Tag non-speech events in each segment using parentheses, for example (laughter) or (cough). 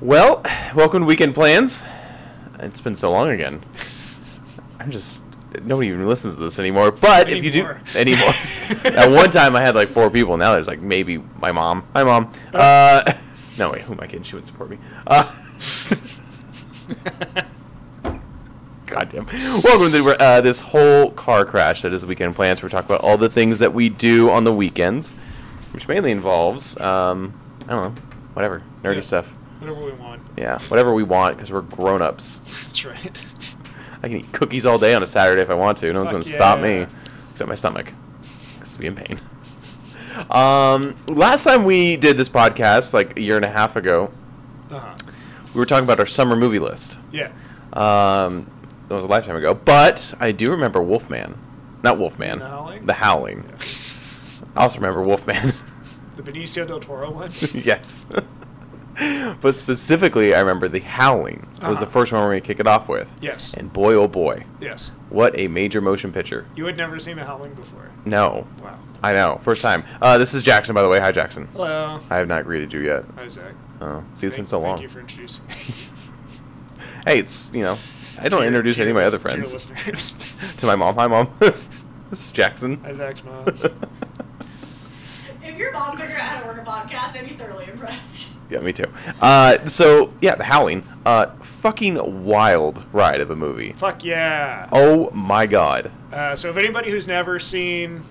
Well, welcome to Weekend Plans. It's been so long again. I'm just nobody even listens to this anymore. But if you do (laughs) Anymore. (laughs) anymore, at one time I had like four people. Now there's like maybe my mom. Hi, mom. Oh. Uh, (laughs) no wait, who am I kidding? She wouldn't support me. Uh, (laughs) Goddamn. Welcome to uh, this whole car crash that is Weekend Plans. We're talking about all the things that we do on the weekends, which mainly involves um, I don't know, whatever nerdy Yeah. stuff. (laughs) Whatever we want. Yeah, whatever we want because we're grown ups. That's right. (laughs) I can eat cookies all day on a Saturday if I want to. No one's Fuck going to stop yeah. me, except my stomach. It's be in pain. (laughs) Um, last time we did this podcast, like a year and a half ago, Uh huh. we were talking about our summer movie list. Yeah. Um, that was a lifetime ago, but I do remember Wolfman, not Wolfman, The Howling? The Howling. yeah. I also remember Wolfman. (laughs) The Benicio del Toro one. yes. (laughs) but specifically, I remember The Howling was the Uh-huh. first one we are going to kick it off with. Yes. And boy, oh boy, Yes. what a major motion picture. You had never seen The Howling before. No, Wow. I know, first time. Uh, this is Jackson, by the way. Hi, Jackson. Hello. I have not greeted you yet. Hi, Zach. Oh, see, it's been Thank- so long. Thank you for introducing me. Hey, it's you know, (laughs) I don't To your- introduce to any of your my other lis- friends. To your (laughs) listeners. To my mom. Hi, mom. (laughs) this is Jackson. Hi, Zach's (laughs) mom. If your mom figured out how to work a podcast, I'd be thoroughly impressed. yeah, me too. Uh, so yeah, The Howling. Uh, fucking wild ride of a movie. Fuck yeah. Oh my god. Uh, so, if anybody who's never seen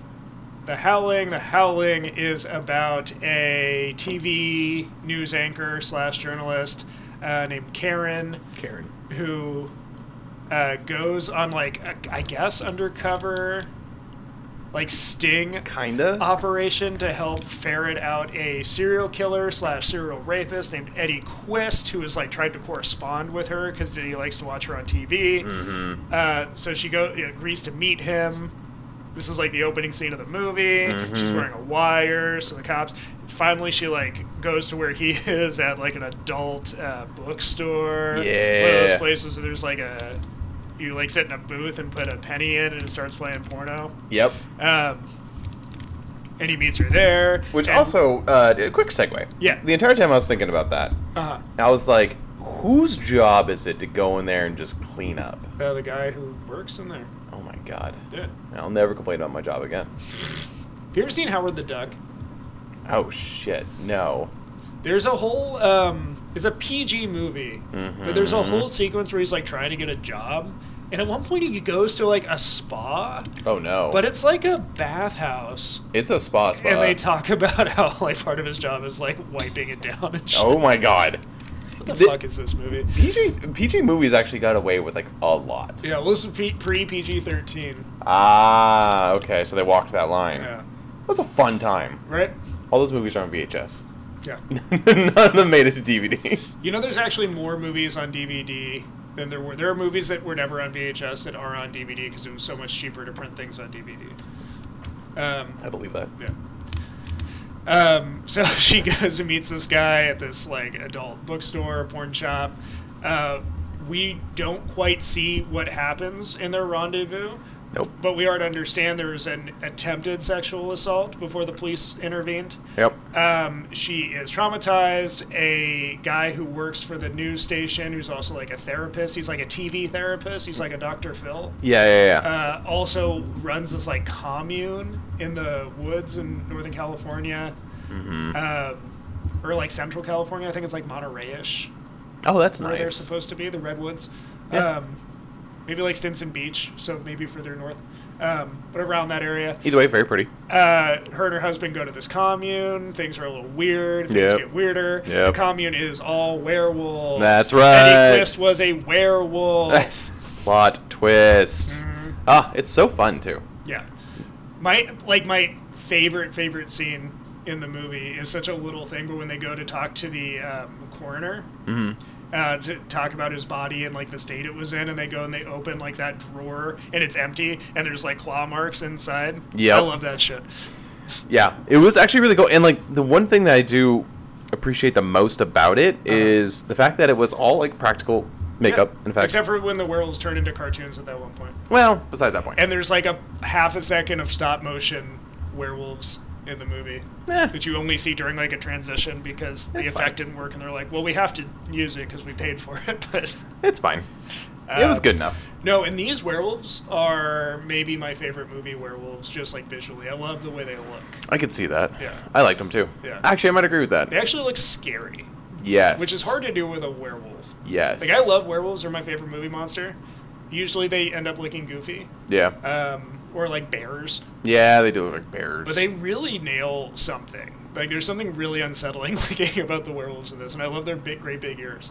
The Howling, The Howling is about a TV news anchor slash journalist uh, named Karen. Karen. who uh, goes on like a- I guess undercover like sting Kinda. operation to help ferret out a serial killer slash serial rapist named Eddie Quist who has like tried to correspond with her because he likes to watch her on TV. Hmm. Mm-hmm. Uh, so she go agrees to meet him. This is like the opening scene of the movie. She's Mm-hmm. wearing a wire, so the cops. Finally, she like goes to where he (laughs) is at like an adult uh, bookstore. one of Yeah. those places where there's like a you like sit in a booth and put a penny in and it starts playing porno. Yep. Um, and he meets her there. Which and- also, uh, a quick segue. Yeah. The entire time I was thinking about that, uh, I was like, whose job is it to go in there and just clean up? uh, the guy who works in there. Oh my god. Yeah. I'll never complain about my job again. Have you ever seen Howard the Duck? Oh shit, no. There's a whole um, it's a PG movie, but there's a Mhm. whole sequence where he's like trying to get a job, and at one point he goes to like a spa, Oh no. but it's like a bathhouse, it's a spa spa. and they talk (laughs) about how like part of his job is like wiping it down and shit. oh my god. what the thi- fuck is this movie? PG PG movies actually got away with like a lot. Yeah, well, this is pre PG thirteen. Ah, okay, so they walked that line. Yeah, It was a fun time. right. All those movies are on VHS. Yeah, (laughs) None of them made it to DVD. you know, there's actually more movies on DVD than there were. There are movies that were never on VHS that are on DVD because it was so much cheaper to print things on DVD. Um, I believe that. Yeah. Um, so (laughs) she goes and meets this guy at this like adult bookstore, porn shop. Uh, we don't quite see what happens in their rendezvous, Nope. but we are to understand there's an attempted sexual assault before the police intervened. Yep. Um, she is traumatized. A guy who works for the news station, who's also like a therapist, he's like a TV therapist, he's like a Dr. Phil Yeah, yeah, yeah. uh, also runs this like commune in the woods in Northern California, Mm-hmm. um, or like Central California. I think it's like Monterey-ish oh, that's where they're nice. supposed to be, the redwoods. Yeah. Um, maybe like Stinson Beach, so maybe further north, um, but around that area. Either way, very pretty. Uh, her and her husband go to this commune. Things are a little weird. Things Yep. get weirder. Yep. The commune is all werewolves. That's right. Eddie Quist was a (laughs) werewolf. Plot twist. Ah, it's so fun too. Yeah. My like my favorite favorite scene in the movie is such a little thing, but when they go to talk to the um, coroner Mm-hmm. uh, to talk about his body and like the state it was in, and they go and they open like that drawer and it's empty, and there's like claw marks inside. Yep. I love that shit. Yeah, it was actually really cool. And like the one thing that I do appreciate the most about it is the fact that it was all like practical makeup. Uh-huh. Yeah. In fact, except for when the werewolves turn into cartoons at that one point, well, besides that point, and there's like a half a second of stop motion werewolves in the movie Eh. that you only see during like a transition because the That's effect fine. didn't work, and they're like, "Well, we have to use it because we paid for it." (laughs) But It's fine. it was Um, good enough. no, and these werewolves are maybe my favorite movie werewolves, just like visually. I love the way they look. I could see that. yeah. I liked them too. Yeah. Actually, I might agree with that. They actually look scary, Yes. which is hard to do with a werewolf. Yes. Like I love werewolves; they're my favorite movie monster. Usually, they end up looking goofy, Yeah. um, or like bears. Yeah, they do look like bears. But they really nail something. Like there's something really unsettling (laughs) looking about the werewolves in this, and I love their big, great big ears.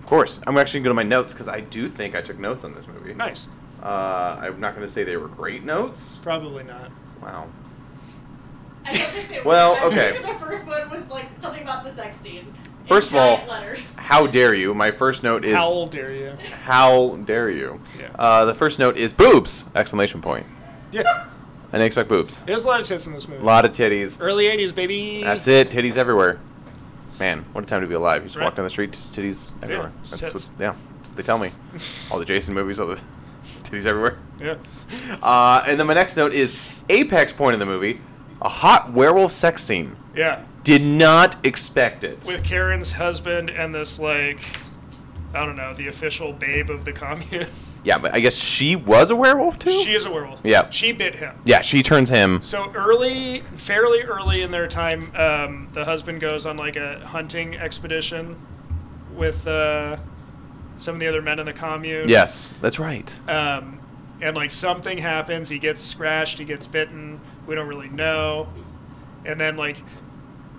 of course. I'm actually going to go to my notes because I do think I took notes on this movie. Nice. Uh, I'm not going to say they were great notes. Probably not. Wow. I don't think they were. Well, I think okay. The first one was like something about the sex scene. in First of giant all- letters. How dare you? My first note is How dare you? how dare you? Yeah. Uh, the first note is boobs! Exclamation point. Yeah. I didn't expect boobs. There's a lot of tits in this movie. A lot of titties. Early '80s, baby. That's (laughs) it. Titties everywhere. Man, what a time to be alive. You just walk Right. down the street, just titties everywhere. just That's tits. what, yeah, that's what they tell me. All the Jason movies, all the (laughs) titties everywhere. Yeah. Uh, and then my next note is apex point of the movie, a hot werewolf sex scene. Yeah. Did not expect it. With Karen's husband and this like, I don't know, the official babe of the commune. (laughs) yeah, but I guess she was a werewolf too. she is a werewolf. Yeah. She bit him. yeah, she turns him. So early, fairly early in their time, um, the husband goes on like a hunting expedition with uh, some of the other men in the commune. Yes, that's right. Um, and like something happens, he gets scratched, he gets bitten. We don't really know. And then like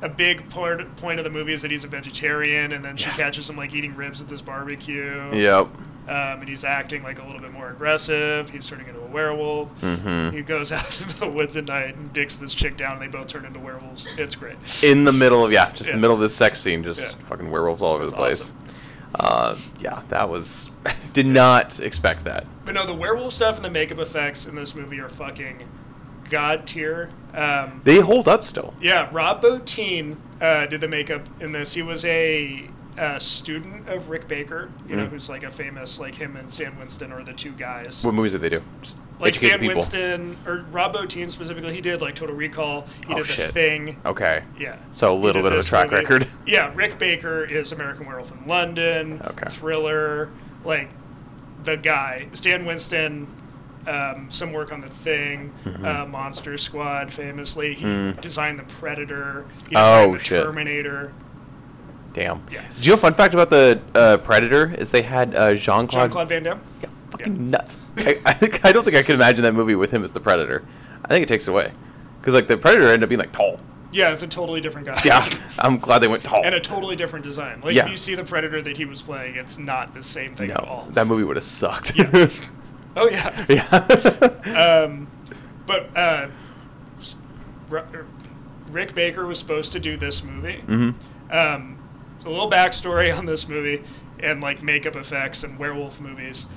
a big part, point of the movie is that he's a vegetarian, and then she catches him like eating ribs at this barbecue. Yep. Um, and he's acting like a little bit more aggressive. He's turning into a werewolf. Mhm. He goes (laughs) out into the woods at night and dicks this chick down, and they both turn into werewolves. It's great. In the middle of yeah, just Yeah. the middle of this sex scene, just Yeah. fucking werewolves all over That's the place. awesome. Uh, yeah, that was (laughs) did not expect that. But no, the werewolf stuff and the makeup effects in this movie are fucking god tier. Um, They hold up still. yeah, Rob Bottin uh, did the makeup in this. He was a, uh student of Rick Baker, you know, Mhm. who's like a famous like him and Stan Winston are the two guys. What movies did they do? Just like educate Stan people. Winston or Rob Bottin specifically, he did like Total Recall. He Oh, did shit. The Thing. Okay. Yeah. So a He little did bit of a this track movie. record. (laughs) Yeah, Rick Baker is American Werewolf in London. Okay. Thriller, like the guy Stan Winston. Um, some work on the thing, Mm-hmm. uh, Monster Squad, famously. He designed the Predator. He designed Mm. Oh, the shit. Terminator. Damn. Yeah. Do you know a fun fact about the uh, Predator is they had uh, Jean Jean Claude Claude Van Damme. Yeah, fucking nuts. I, I, think, I don't think I could imagine that movie with him as the Predator. I think it takes it away because like the Predator ended up being like tall. Yeah, it's a totally different guy. Yeah, I'm glad they went tall. (laughs) and a totally different design. Like Yeah. if you see the Predator that he was playing, it's not the same thing at all. no, that movie would have sucked. (laughs) Yeah. oh yeah. yeah. Um, but uh, s- R- Rick Baker was supposed to do this movie. hmm Um, so a little backstory on this movie and like makeup effects and werewolf movies.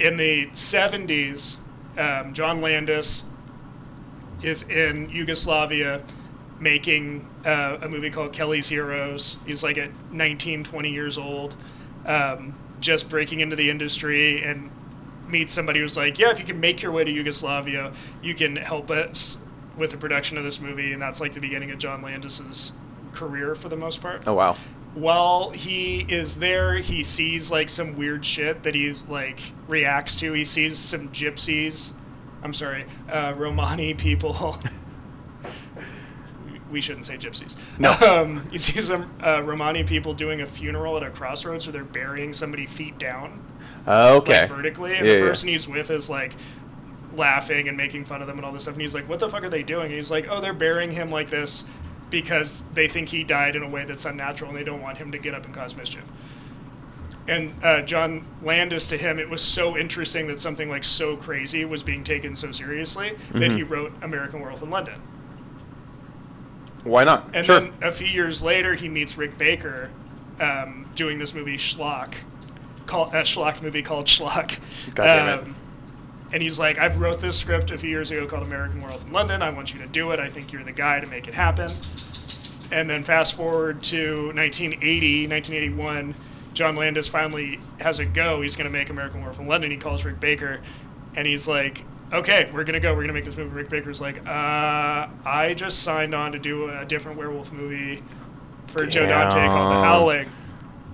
In the 70s, um, John Landis is in Yugoslavia making uh, a movie called Kelly's Heroes. He's like at 19, 20 years old, um, just breaking into the industry and meets somebody who's like, Yeah, if you can make your way to Yugoslavia, you can help us with the production of this movie. And that's like the beginning of John Landis's career for the most part. Oh wow. While he is there, he sees like some weird shit that he like reacts to. He sees some gypsies. I'm sorry, uh, Romani people. (laughs) we shouldn't say gypsies. No. (laughs) Um, he sees some uh, Romani people doing a funeral at a crossroads where they're burying somebody feet down Uh, Okay. like, vertically, and Yeah, the yeah. person he's with is like laughing and making fun of them and all this stuff. And he's like, "What the fuck are they doing?" And he's like, "Oh, they're burying him like this because they think he died in a way that's unnatural, and they don't want him to get up and cause mischief." And uh, John Landis to him, it was so interesting that something like so crazy was being taken so seriously that Mm-hmm. he wrote American Werewolf in London. Why not? And sure. then a few years later, he meets Rick Baker um, doing this movie Schlock, call, a Schlock movie called Schlock. Um, God damn it. And he's like, I've wrote this script a few years ago called American World in London. I want you to do it. I think you're the guy to make it happen. And then fast forward to 1980, 1981, John Landis finally has a go. He's going to make American Werewolf in London. He calls Rick Baker, and he's like, okay, we're gonna go. We're gonna make this movie. Rick Baker's like, uh, I just signed on to do a different werewolf movie for Joe Dante called The Damn. Howling.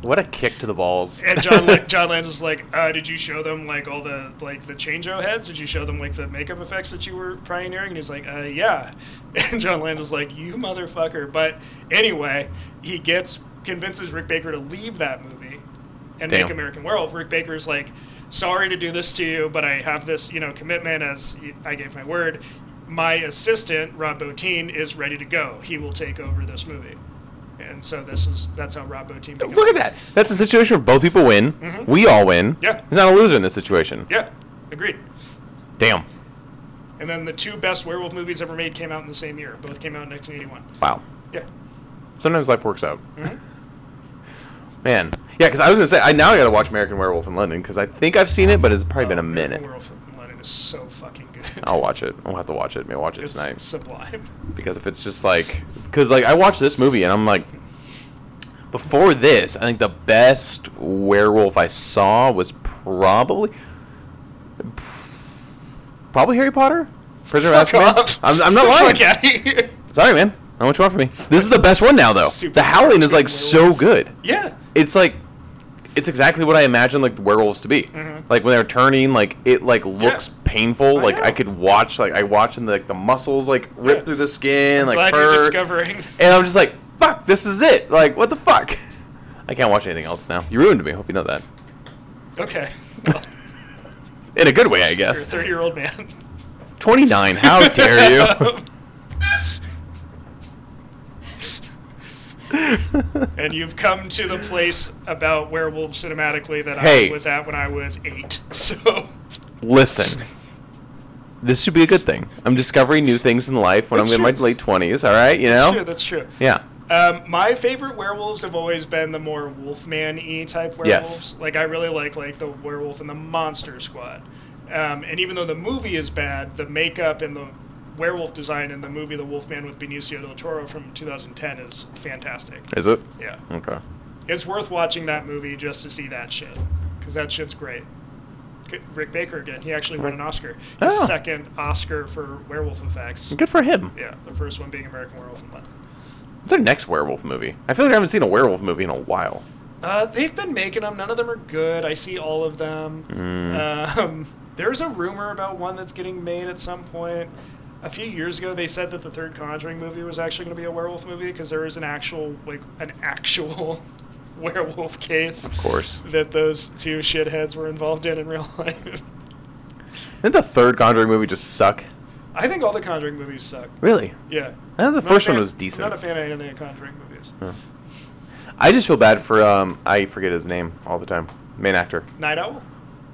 What a kick to the balls. And (laughs) John Lan- John Landis like, uh, did you show them like all the like the changeo heads? Did you show them like the makeup effects that you were pioneering? And he's like, uh, yeah. (laughs) And John Landis like, you motherfucker. But anyway, he gets convinces Rick Baker to leave that movie and Damn. make American Werewolf. Rick Baker's like, sorry to do this to you, but I have this you know commitment as I gave my word. My assistant Rob Bottin is ready to go. He will take over this movie. And so this is that's how Rob Bottin. becomes- Look at that. That's a situation where both people win. We all win. Mm-hmm. Yeah. He's not a loser in this situation. Yeah, agreed. Damn. And then the two best werewolf movies ever made came out in the same year. Both came out in 1981. Wow. Yeah. Sometimes life works out. Man. Yeah, because I was gonna say I now I gotta watch American Werewolf in London because I think I've seen it, but it's probably been a Oh, minute. Miracle Werewolf in London is so fucking good. I'll watch it. I'll have to watch it. Maybe watch it it's tonight. sublime. because if it's just like because like i watched this movie and i'm like before this i think the best werewolf i saw was probably probably harry potter prisoner of azkaban I'm, I'm not lying (laughs) Fuck outta here. sorry man i want you want from me this is the best one now though Stupid the howling is fucking like so good Yeah. it's like it's exactly what I imagined like the werewolves to be. Like when they're turning, like it like looks painful. Mm-hmm. I like know. I could watch, like I watch and like the muscles like rip Yeah. through the skin, like Glad fur. you're discovering. and I'm just like, fuck, this is it. Like what the fuck? (laughs) I can't watch anything else now. You ruined me. Hope you know that. Okay. (laughs) In a good way, I You're a guess. 30 year old man. Um, 29. (laughs) How dare you? and you've come to the place about werewolves cinematically that Hey. I was at when I was eight. (laughs) So. (laughs) Listen. This should be a good thing. I'm discovering new things in life when That's I'm in true. my late 20s, all right? You That's know? true. That's true. Yeah. Um, my favorite werewolves have always been the more Wolfman y type werewolves. Yes. Like I really like like the werewolf and the Monster Squad. Um, and even though the movie is bad, the makeup and the werewolf design in the movie The Wolfman with Benicio del Toro from 2010 is fantastic. Is it? Yeah, Okay. it's worth watching that movie just to see that shit because that shit's great. Good- Rick Baker again. He actually won an Oscar. His Oh. second Oscar for werewolf effects. Good for him. Yeah, the first one being American Werewolf in London. What's their next werewolf movie? I feel like I haven't seen a werewolf movie in a while. Uh, they've been making them. None of them are good. I see all of them. Mm. Um, (laughs) there's a rumor about one that's getting made at some point. A few years ago, they said that the third Conjuring movie was actually going to be a werewolf movie because there is an actual, like, an actual (laughs) werewolf case Of course. that those two shitheads were involved in in real (laughs) life. Didn't the third Conjuring movie just suck? I think all the Conjuring movies suck. Really? Yeah. I thought the Not a first one fan- was decent. I'm not a fan of anything in Conjuring movies. I just feel bad for um I forget his name all the time. Main actor. Night Owl,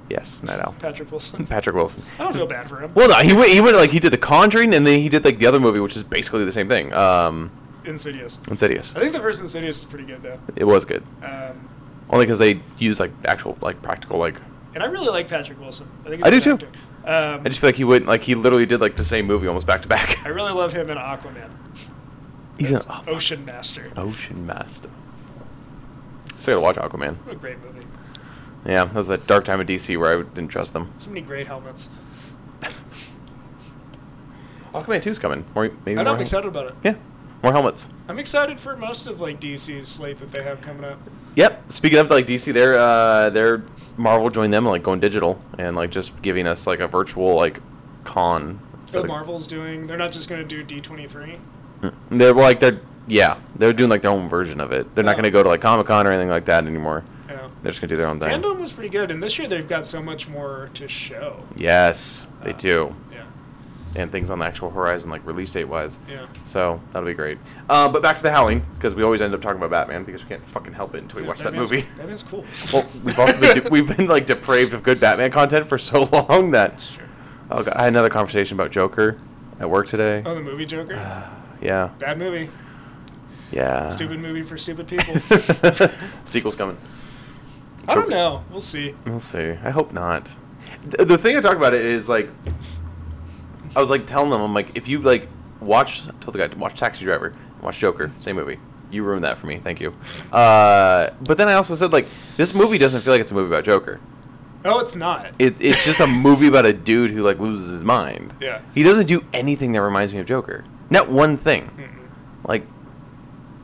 Yes, Night Owl. Patrick Wilson. (laughs) Patrick Wilson. I don't feel bad for him. Well, no, he went, he went like he did The Conjuring and then he did like the other movie which is basically the same thing. Um Insidious. Insidious. I think the first Insidious is pretty good though. It was good. Um, Only cuz they use like actual like practical like and I really like Patrick Wilson. I think I he's do, a good too. actor. Um, I just feel like he went like he literally did like the same movie almost back to back. I really love him in Aquaman. He's an That's oh, fuck. Ocean Master. Ocean Master. Still got to watch Aquaman. What a great movie. Yeah, that was that dark time of DC where I didn't trust them. (laughs) So many great helmets. Aquaman 2's coming. More, maybe I know, more I'm hel- excited about it. Yeah, more helmets. I'm excited for most of like DC's slate that they have coming up. Yep. Speaking of like DC, they're uh, they're Marvel joined them like going digital and like just giving us like a virtual like con. So So they- Marvel's doing. They're not just going to do D23. Mm. They're well, like they're yeah they're doing like their own version of it. They're not Yeah. going to go to like Comic Con or anything like that anymore. Yeah. They're just going to do their own thing. Fandom was pretty good, and this year they've got so much more to show. Yes, they Uh, do, Yeah. and things on the actual horizon like release date wise. Yeah. So that'll be great. Uh, but back to the Howling because we always end up talking about Batman because we can't fucking help it until we Yeah, watch that Batman's- movie. Batman's (laughs) cool. (laughs) Well, we've also been de- we've been like depraved of good Batman content for so (laughs) long that That's true. oh god, I had another conversation about Joker at work today. (sighs) Oh, the movie Joker. Uh, Yeah, Bad movie. yeah. (laughs) Stupid movie for stupid people. Sequel's coming. I Joker. don't know. We'll see. We'll see. I hope not. Th- the thing I talk about it is like, I was like telling them, I'm like, if you like watch, I told the guy to watch Taxi Driver, watch Joker, same movie. You ruined that for me. Thank you. Uh, but then I also said like, this movie doesn't feel like it's a movie about Joker. Oh, it's not. It, it's just a movie about a dude who like loses his mind. Yeah. He doesn't do anything that reminds me of Joker. Not one thing. Like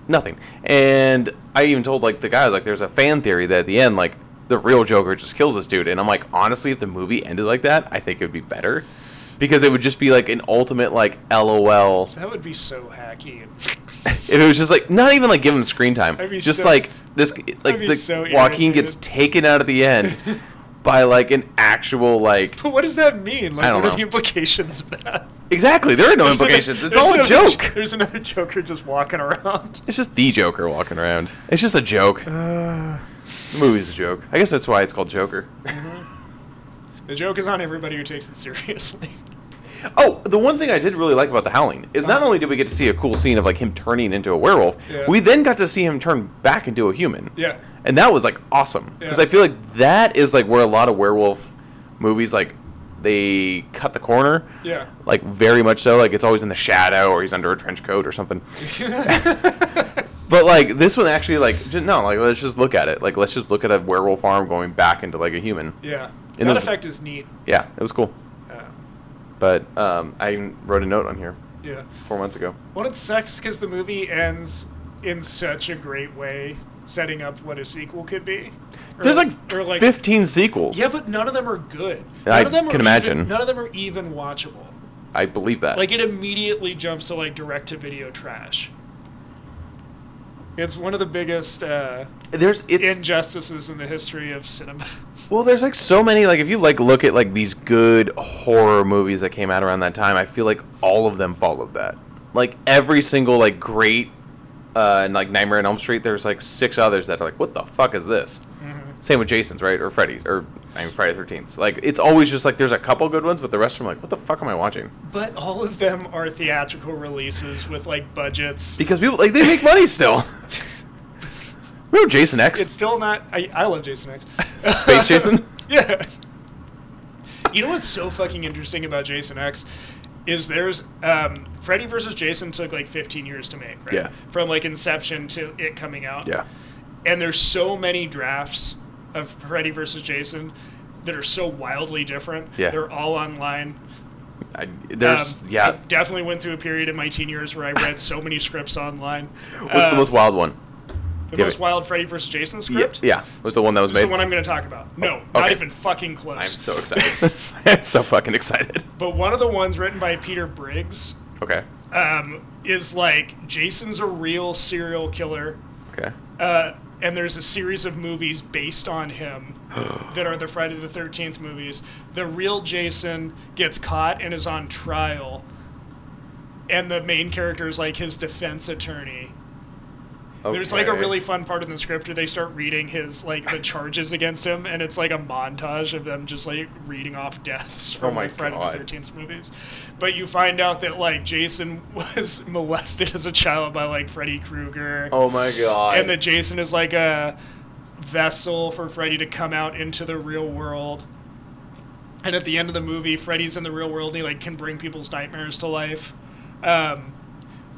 nothing. And I even told like the guys like there's a fan theory that at the end like the real Joker just kills this dude and I'm like honestly if the movie ended like that, I think it would be better because it would just be like an ultimate like LOL. (laughs) That would be so hacky. If it (laughs) was just like not even like give him screen time. I'd be Just so- like this like be the so Joaquin gets irritated. taken out at the (laughs) end by like an actual like But what does that mean? Like, I don't what are know. the implications of that? Exactly. There are no There's like implications. it's there's all a another- joke. There's another Joker just walking (laughs) around. It's just the Joker walking around. It's just a joke. Uh. the movie's a joke. I guess that's why it's called Joker. Mm-hmm. (laughs) The joke is on everybody who takes it seriously. Oh, the one thing I did really like about The Howling is not only did we get to see a cool scene of like him turning into a werewolf, Uh-huh. Yeah. we then got to see him turn back into a human. Yeah. And that was like awesome because Yeah. I feel like that is like where a lot of werewolf movies like they cut the corner. (laughs) Yeah. Like very much so. Like it's always in the shadow or he's under a trench coat or something. But like this one actually like j- no like let's just look at it like let's just look at a werewolf farm going back into like a human. yeah. In that the- effect is neat. Yeah, it was cool. Uh, But um, I even wrote a note on here yeah. four months ago. Well, it sucks because the movie ends in such a great way, setting up what a sequel could be. Or There's like, or like 15 sequels. yeah, but none of them are good. None I of them are can even- imagine. None of them are even watchable. I believe that. Like it immediately jumps to like direct to video trash. It's one of the biggest uh, there's it's injustices in the history of cinema. (laughs) well there's like so many like if you like look at like these good horror movies that came out around that time I feel like all of them followed that. Like every single like great uh and like Nightmare on Elm Street there's like six others that are like what the fuck is this? Mm-hmm. Same with Jason's, right? Or Freddy's, or I mean Friday Thirteenth. Like it's always just like there's a couple good ones, but the rest of them like, what the fuck am I watching? But all of them are theatrical releases with like budgets. Because people like they make money (laughs) still. Remember Jason X, It's still not. I, I love Jason X. (laughs) Space Jason? (laughs) yeah. You know what's so fucking interesting about Jason X is there's um, Freddy versus Jason took like 15 years to make, right? Yeah. From like inception to it coming out. Yeah, And there's so many drafts of Freddy versus Jason that are so wildly different. Yeah. They're all online. I, there's Um, I yeah. definitely went through a period in my teen years where I read so many scripts online. Uh, What's the most wild one? the yeah. most wild Freddy versus Jason Yeah, script? yeah, was the one that was This is made. Oh, the one I'm going to talk about. No, not okay. even fucking close. I'm so excited. (laughs) I'm so fucking excited. but one of the ones written by Peter Briggs Okay, um, is like Jason's a real serial killer, okay. uh, and there's a series of movies based (gasps) on him that are the Friday the 13th movies. The real Jason gets caught and is on trial, and the main character is like his defense attorney. There's like a Okay. really fun part in the script where they start reading his like the charges against him, and it's like a montage of them just like reading off deaths from Oh my like Friday God. the Thirteenth movies. But you find out that like Jason (laughs) was molested as a child by like Freddy Krueger, Oh my god. and that Jason is like a vessel for Freddy to come out into the real world. And at the end of the movie, Freddy's in the real world and he like can bring people's nightmares to life. Um,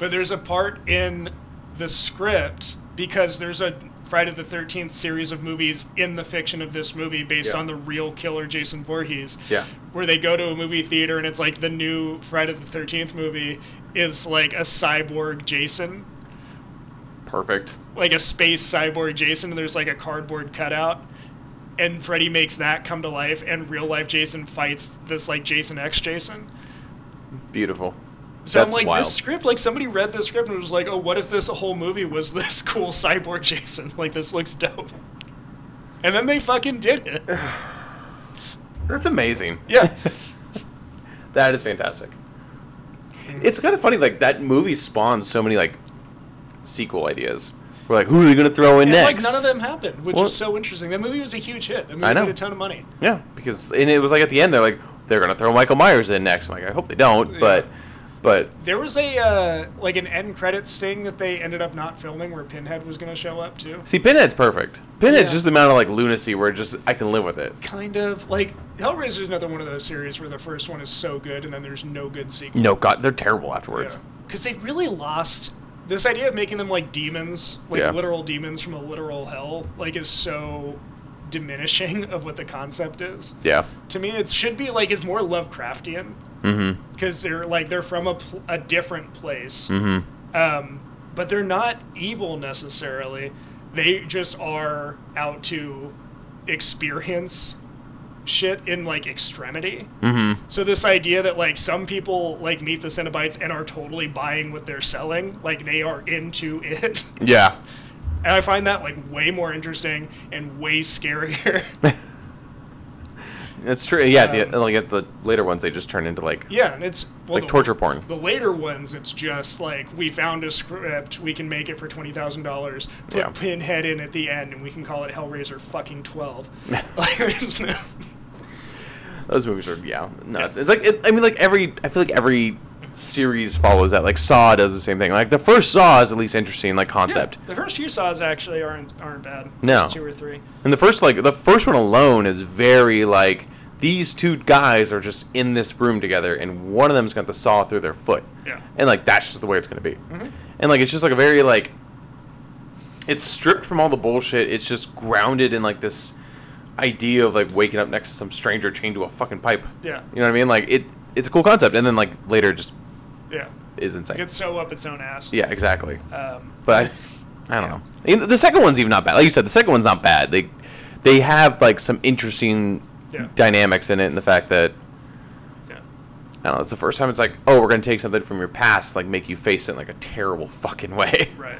but there's a part in the script because there's a Friday the 13th series of movies in the fiction of this movie based Yeah. on the real killer Jason Voorhees. Yeah. Where they go to a movie theater and it's like the new Friday the 13th movie is like a cyborg Jason perfect. like a space cyborg Jason, and there's like a cardboard cutout, and Freddy makes that come to life, and real life Jason fights this like Jason X Jason. Beautiful. So That's I'm like, wild. this script, like somebody read this script and was like, oh, what if this whole movie was (laughs) this cool cyborg Jason? Like this looks dope. And then they fucking did it. That's amazing. Yeah. (laughs) That is fantastic. It's kind of funny, like that movie spawns so many like sequel ideas. We're like, who are they gonna throw in And like next? none of them happened, which Well- is so interesting. That movie was a huge hit. That movie I know. made a ton of money. yeah, because and it was like at the end they're like they're gonna throw Michael Myers in next. I'm like, I hope they don't, but but There was a uh, like an end credits thing that they ended up not filming where Pinhead was gonna show up too. see, Pinhead's perfect. Pinhead's Yeah. just the amount of like lunacy where just I can live with it. kind of like Hellraiser is another one of those series where the first one is so good and then there's no good sequel. No, God, they're terrible afterwards. Because they really lost this idea of making them like demons, like Yeah. literal demons from a literal hell, like is so diminishing (laughs) of what the concept is. Yeah. To me, it should be like it's more Lovecraftian Mm-hmm. because they're like they're from a, pl- a different place, Mm-hmm. um, but they're not evil necessarily. They just are out to experience shit in like extremity. Mm-hmm. So this idea that like some people like meet the Cenobites and are totally buying what they're selling, like they are into it. (laughs) Yeah. And I find that like way more interesting and way scarier. (laughs) That's true. Yeah. the, Um, like at the later ones, they just turn into like yeah, and it's well, like the- torture porn. The later ones, it's just like we found a script, we can make it for twenty thousand dollars, put Yeah. Pinhead in at the end, and we can call it Hellraiser (laughs) fucking twelve. like, there's no- Those movies are yeah nuts. Yeah. It's like it, I mean like every I feel like every series follows that. Like Saw does the same thing. Like the first Saw is at least interesting like concept. Yeah, the first few saws actually aren't aren't bad. No. Just two or three. And the first like the first one alone is very like these two guys are just in this room together and one of them's got the saw through their foot. Yeah. And like that's just the way it's gonna be. Mm-hmm. And like it's just like a very like it's stripped from all the bullshit. It's just grounded in like this idea of like waking up next to some stranger chained to a fucking pipe. Yeah. You know what I mean? Like it it's a cool concept and then like later it just Yeah. is insane. Gets so up its own ass. yeah, exactly. Um, But I, I don't know. And The second one's even not bad. Like you said, the second one's not bad. They they have like some interesting Yeah. dynamics in it, and the fact that yeah. I don't know. It's the first time it's like, oh, we're gonna take something from your past, like make you face it in like a terrible (laughs) fucking way. Right.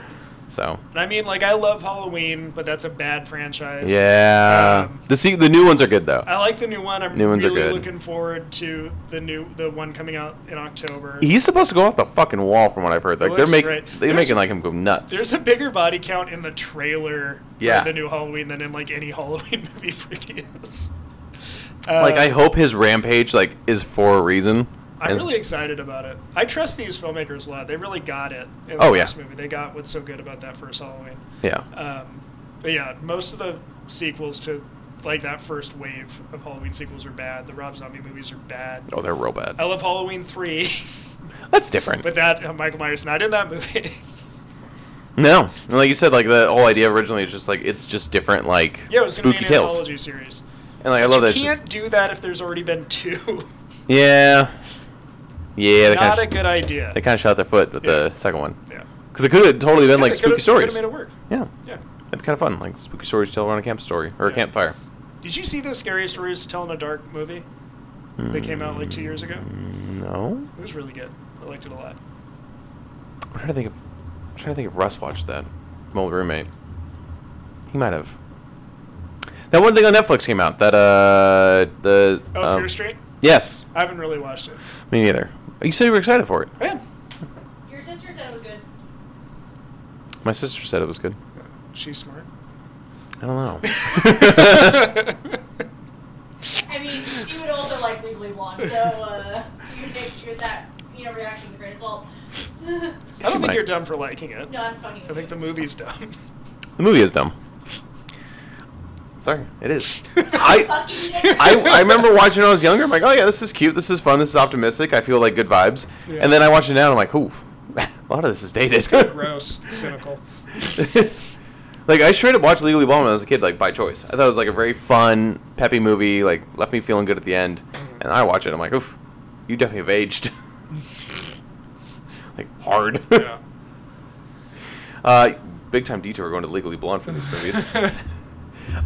So And I mean, like, I love Halloween, but that's a bad franchise. yeah, Um, uh, the se- the new ones are good though. I like the new one. I'm New ones are really good. looking forward to the new, the one coming out in October. He's supposed to go off the fucking wall, from what I've heard. Like they're looks making Oh, great. they're There's- making like him go There's nuts. a bigger body count in the trailer Yeah. for the new Halloween than in like any Halloween (laughs) movie previous. (laughs) Um, like uh, I hope his rampage like is for a reason. I'm And- really excited about it. I trust these filmmakers a lot. They really got it in the Oh, yeah. last movie. They got what's so good about that first Halloween. yeah. Um, but yeah, most of the sequels to like that first wave of Halloween sequels are bad. The Rob Zombie movies are bad. Oh, they're real bad. I love Halloween three, (laughs) That's different. but that uh, Michael Myers not in that movie. (laughs) No, And like you said, like the whole idea originally is just like it's just different, like yeah, it was gonna spooky be an tales, anthology series. and like I love you that. It's can't just, do that if there's already been two. yeah, yeah, they (laughs) not kind a of good idea. they kind of shot their foot with the Yeah. second one yeah, because it could have totally been like spooky Could stories. have made it work. yeah, Yeah. that'd be kind of fun, like spooky stories tell around a camp story or a Yeah. campfire. Did you see the scariest stories to tell in a dark movie? They came out like two years ago. Mm, No, It was really good. I liked it a lot. I'm trying to think of. I'm trying to think if Russ watched that. My old roommate. He might have. That one thing on Netflix came out. That uh the. Oh, um, Fear Street. Yes, I haven't really watched it. Oh, me neither. You said you were excited for it. I am. Your sister said it was good. My sister said it was good. Uh, She's (laughs) smart. I don't know. I mean, she would also like Legally Blonde, so uh, you take your, that you know reaction to the great (laughs) assault. no, I don't She think might. you're dumb for liking it. I'm fucking. I think with the you. movie's dumb. (laughs) the movie is dumb. Sorry, it (laughs) is. I, Fucking I I remember watching when I was younger. I'm like, oh yeah, this is cute. This is fun. This is optimistic. I feel like good vibes. Yeah. And then I watch it now, and I'm like, ooh, (laughs) a lot of this is dated. Gross. Cynical. (laughs) like I straight up watched Legally Blonde when I was a kid, like by choice. I thought it was like a very fun, peppy movie. Like left me feeling good at the end. Mm-hmm. And I watch it, I'm like, oof, you definitely have aged. (laughs) like hard. (laughs) Yeah. (laughs) Uh, big time detour going to Legally Blonde for these movies. (laughs)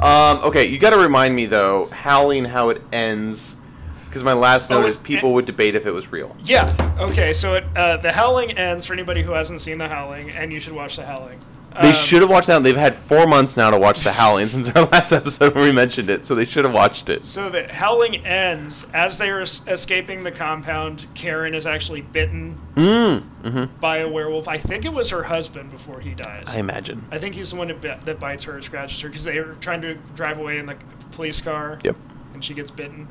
um, okay, you got to remind me though, Howling how it ends, because my last Oh, note it- is people would debate if it was real. (laughs) Yeah. Okay. So it, uh, the Howling ends for anybody who hasn't seen the Howling, and you should watch the Howling. They Um, should have watched that. They've had four months now to watch The Howling since our (laughs) last episode where we mentioned it, so they should have watched it. So the Howling ends as they are es- escaping the compound. Karen is actually bitten Mm. Mm-hmm. by a werewolf. I think it was her husband before he dies. I imagine. I think he's the one that, bit, that bites her, or scratches her, because they were trying to drive away in the police car. Yep. And she gets bitten.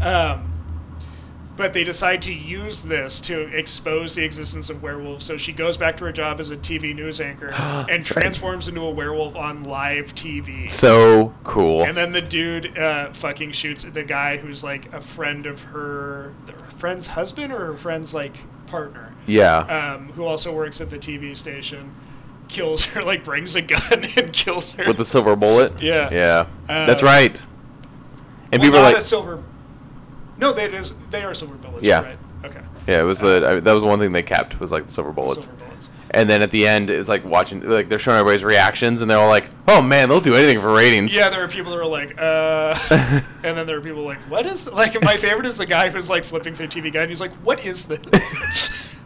Um, but they decide to use this to expose the existence of werewolves. So she goes back to her job as a TV (gasps) news anchor and right. transforms into a werewolf on live TV. So cool. And then the dude uh, fucking shoots the guy who's like a friend of her, her friend's husband or her friend's like partner, Yeah. um, who also works at the TV station. kills her, (laughs) like brings a gun and kills her. with the silver bullet. Yeah. Yeah. Uh, That's right. And Well, people not were like, a silver. No, they is, they are silver bullets. Yeah. Right? Okay. yeah, it was the I, that was one thing they kept was like the silver bullets. Silver bullets. And then at the end, it's like watching like they're showing everybody's reactions, and they're all like, "Oh man, they'll do anything for ratings." (laughs) Yeah, there are people that are like, uh, (laughs) and then there are people like, what is like? My favorite is the guy who's like flipping through TV Guide, and he's like, what is this?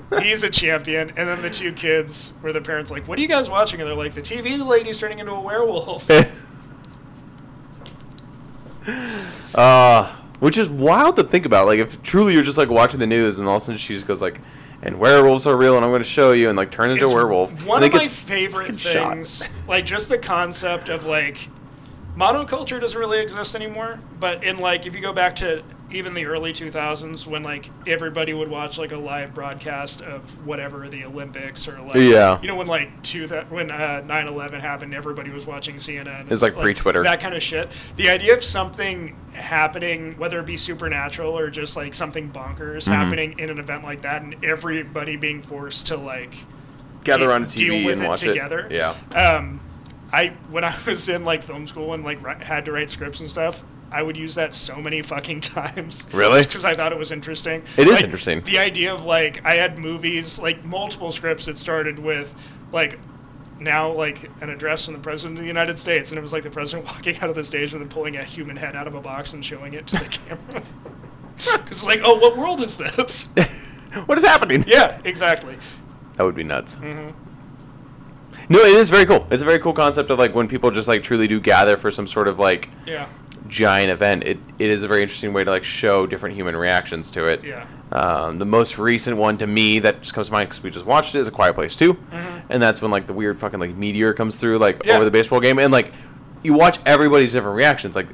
(laughs) he's a champion, and then the two kids, where the parents like, what are you guys watching? And they're like, the TV lady's turning into a (laughs) werewolf. (laughs) uh, which is wild to think about. Like, if truly you're just like watching the news, and all of a sudden she just goes like, "And werewolves are real, and I'm going to show you," and like turns into It's a werewolf. One and of then my gets favorite fucking shot. things, like just the concept of like monoculture doesn't really exist anymore. But in like, if you go back to even the early 2000s, when like everybody would watch like a live broadcast of whatever the Olympics or like, Yeah. you know, when like two thou- when uh, 9/11 happened, everybody was watching CNN. It was, like, pre-Twitter. That kind of shit. The idea of something happening, whether it be supernatural or just like something bonkers Mm-hmm. happening in an event like that, and everybody being forced to like Gather de- on a deal TV with and it watch together. it. Yeah. (laughs) Um, I when I (laughs) was in like film school and like ri- had to write scripts and stuff, I would use that so many fucking (laughs) times. Really? Because I thought it was interesting. It is Like, interesting. The idea of like I had movies like multiple scripts that started with like. Now, like an address from the president of the United States, and it was like the president (laughs) walking out of the stage and then pulling a human head out of a box and showing it to the (laughs) camera. It's like, oh, what world is this? (laughs) What is happening? yeah, exactly. That would be nuts. Mm-hmm. No, it is very cool. It's a very cool concept of like when people just like truly do gather for some sort of like Yeah, giant event. It it is a very interesting way to like show different human reactions to it. yeah. Um, the most recent one to me that just comes to mind because we just watched it is A Quiet Place 2 and that's when like the weird fucking like meteor comes through like Mm-hmm. Yeah. over the baseball game, and like you watch everybody's different reactions. Like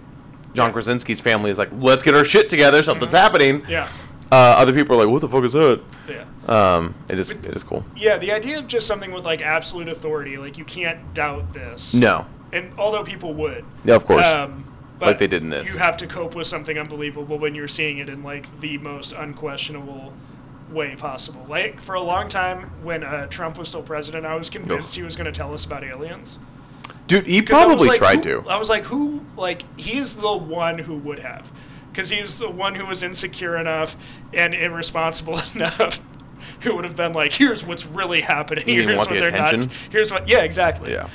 John Krasinski's family is like, "Let's get our shit together, something's happening." Mm-hmm. Yeah, Uh, other people are like, "What the fuck is that?" yeah. Um, it is it is cool. Yeah, the idea of just something with like absolute authority, like you can't doubt this. No, And although people would. yeah, of course. Um, but Like they did in this. You have to cope with something unbelievable when you're seeing it in like the most unquestionable way possible. Like for a long time when uh, Trump was still president, I was convinced Ugh. he was going to tell us about aliens. Dude, he 'Cause I was probably like, tried who- to. I was like, who? Like, he is the one who would have, because he was the one who was insecure enough and irresponsible (laughs) enough, who would have been like, here's what's really happening. You didn't here's want the what they're not- attention? Here's what. Yeah, exactly. Yeah,